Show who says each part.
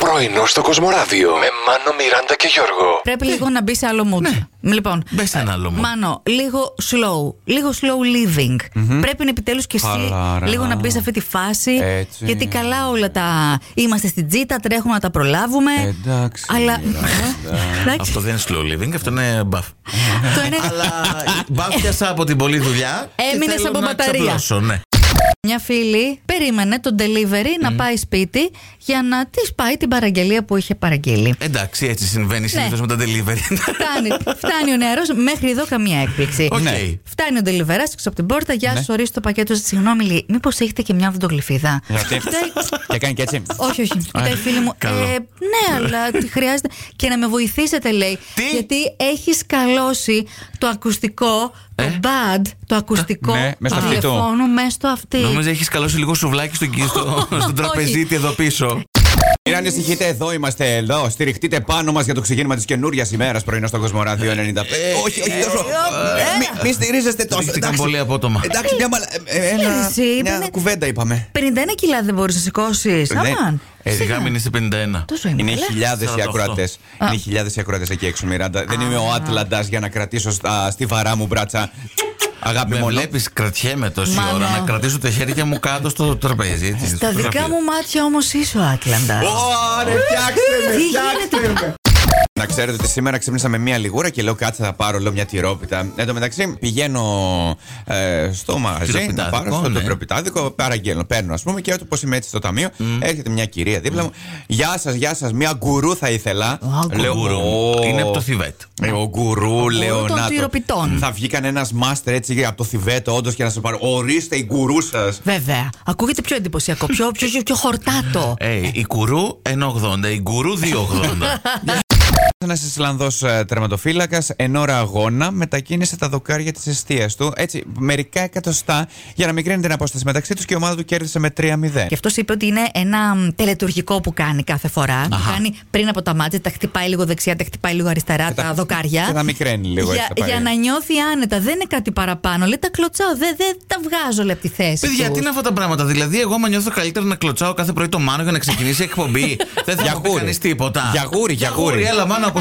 Speaker 1: Πρωινό στο Κοσμοράδιο με Μάνο, Μιράντα και Γιώργο.
Speaker 2: Πρέπει λίγο να μπει σε άλλο mood.
Speaker 3: Ναι.
Speaker 2: Λοιπόν,
Speaker 3: Μπες σε ένα άλλο mood.
Speaker 2: Μάνο, λίγο slow. Λίγο slow living. Πρέπει επιτέλους και εσύ
Speaker 3: Χαλαρά.
Speaker 2: λίγο να μπεις σε αυτή τη φάση.
Speaker 3: Έτσι.
Speaker 2: Γιατί καλά όλα τα. Είμαστε στην τζίτα, τρέχουμε να τα προλάβουμε.
Speaker 3: Εντάξει,
Speaker 2: Αλλά.
Speaker 3: Μιράντα.
Speaker 2: Εντάξει,
Speaker 3: Αυτό δεν είναι slow living, αυτό είναι buff.
Speaker 2: το ένα-
Speaker 3: Αλλά μπαφιασα από την πολλή δουλειά. και
Speaker 2: Έμεινες
Speaker 3: θέλω
Speaker 2: από
Speaker 3: να
Speaker 2: μπαταρία.
Speaker 3: ξαπλώσω, ναι.
Speaker 2: Μια φίλη περίμενε τον delivery να πάει σπίτι για να της πάει την παραγγελία που είχε παραγγείλει.
Speaker 3: Εντάξει, έτσι συμβαίνει συνήθως με τα delivery.
Speaker 2: Ναι. Φτάνει, φτάνει ο νεαρός, μέχρι εδώ καμία έκπληξη.
Speaker 3: Οκ.
Speaker 2: Φτάνει ο ντελιβερά έξω από την πόρτα. Γεια σα, ορίστε το πακέτο. σας. Συγγνώμη, μήπως έχετε και μια βουντογλυφίδα.
Speaker 4: Γιατί-
Speaker 2: Κοιτάει-
Speaker 4: Και κάνει και έτσι.
Speaker 2: όχι, όχι. Κοιτάει η φίλη μου.
Speaker 3: καλό.
Speaker 2: «Ε, ναι, αλλά τι χρειάζεται. Και να με βοηθήσετε, λέει.
Speaker 3: Τι?
Speaker 2: Γιατί έχεις καλώσει το ακουστικό, το bad, το ακουστικό
Speaker 4: Ναι, μέσα
Speaker 2: του
Speaker 4: στο αυτί του.
Speaker 2: τηλεφώνου μέσα στο αυτί.
Speaker 3: Νομίζω έχεις καλώσει λίγο σουβλάκι στο, στο, στον τραπεζίτη εδώ πίσω.
Speaker 4: Μην ανησυχείτε, εδώ είμαστε εδώ. Στηριχτείτε πάνω μας για το ξεκίνημα της καινούργια ημέρας πρωινό στο Κοσμοράδιο 95. Όχι, όχι τόσο. Ε, Μη- Μη στηρίζεστε τόσο.
Speaker 3: Στηρίχτηκαν
Speaker 4: Εντάξει.
Speaker 3: πολύ απότομα.
Speaker 4: Εντάξει, μια, μαλα- ε, ε, ένα,
Speaker 2: Εσύ, είπανε-
Speaker 4: μια κουβέντα είπαμε.
Speaker 2: 51 κιλά δεν μπορείς να σηκώσεις.
Speaker 4: Ναι.
Speaker 2: Αμάν.
Speaker 3: Ε,
Speaker 2: Σιγά.
Speaker 3: σιγά μην είσαι 51.
Speaker 2: Τόσο είναι.
Speaker 4: Είναι
Speaker 2: καλά.
Speaker 4: χιλιάδε οι
Speaker 3: 48.
Speaker 4: ακροατέ. Είναι χιλιάδες οι ακροατές εκεί έξω, Μιράντα. Δεν είμαι ο Άτλαντας για να κρατήσω στα στιβαρά μου μπράτσα. Αγάπη
Speaker 3: Με
Speaker 4: μου,
Speaker 3: βλέπει, κρατιέμαι τόση
Speaker 2: Μάνα.
Speaker 3: ώρα να κρατήσω τα χέρια μου κάτω στο τραπέζι. έτσι, στο
Speaker 2: Τα δικά
Speaker 3: τραπέζι.
Speaker 2: μου μάτια όμως είσαι ο Άτλαντα.
Speaker 4: Ωρε, φτιάξτε με,
Speaker 2: Τι
Speaker 4: φτιάξτε με. Να ξέρετε ότι σήμερα ξύπνησα με μία λιγούρα και λέω κάτσε θα πάρω λέω, μια τυρόπιτα. Εν τω μεταξύ πηγαίνω ε, στο μαγαζί να
Speaker 3: Τυροπιτάδικο,
Speaker 4: πάρω στο
Speaker 3: ναι.
Speaker 4: τυροπιτάδικο, παραγγέλνω, παίρνω ας πούμε και όπω είμαι έτσι στο ταμείο έρχεται μια κυρία δίπλα μου. Γεια σας, γεια σας, μια γκουρού θα ήθελα.
Speaker 2: Α,
Speaker 4: Λέω,
Speaker 3: Γκουρού.
Speaker 4: «Ω,
Speaker 3: Είναι από το Θιβέτ.
Speaker 4: ε, Ο γκουρού, λέω
Speaker 2: των
Speaker 4: να. το».
Speaker 2: τυροπιτών.
Speaker 4: Θα βγει κανένας μάστερ έτσι από το Θιβέτο, όντως και να σας πάρω. Ορίστε η γκουρού σας.
Speaker 2: Βέβαια. Ακούγεται πιο εντυπωσιακό, πιο, πιο, πιο, πιο χορτάτο.
Speaker 3: Ε, η κουρού 1,80, η γκουρού 2,80.
Speaker 4: Ένα Ισλανδό τερματοφύλακα ε, εν ώρα αγώνα μετακίνησε τα δοκάρια της αιστείας του έτσι μερικά εκατοστά για να μικρύνει την απόσταση μεταξύ τους και η ομάδα του κέρδισε με 3-0.
Speaker 2: Και αυτός είπε ότι είναι ένα μ, τελετουργικό που κάνει κάθε φορά. Το κάνει πριν από τα μάτια, τα χτυπάει λίγο δεξιά, τα χτυπάει λίγο αριστερά, τα,
Speaker 4: τα-
Speaker 2: δοκάρια.
Speaker 4: και τα μικραίνει λίγο
Speaker 2: Για,
Speaker 4: έτσι τα πόδια.
Speaker 2: για να νιώθει άνετα. Δεν είναι κάτι παραπάνω. Λέει τα κλωτσάω. Δεν δεν τα βγάζω, λέει από τη θέση.
Speaker 3: Παιδιά,
Speaker 2: τους».
Speaker 3: τι είναι αυτά τα πράγματα. Δηλαδή, εγώ με νιώθω καλύτερα να κλωτσάω κάθε πρωί το μάνο για να ξεκινήσει η εκπομπή. Δεν θα
Speaker 4: Για
Speaker 3: μου πει
Speaker 4: γούρι.
Speaker 3: κανείς τίποτα.
Speaker 4: Για γούρι, για γούρι.
Speaker 3: Έλα, μάνα, από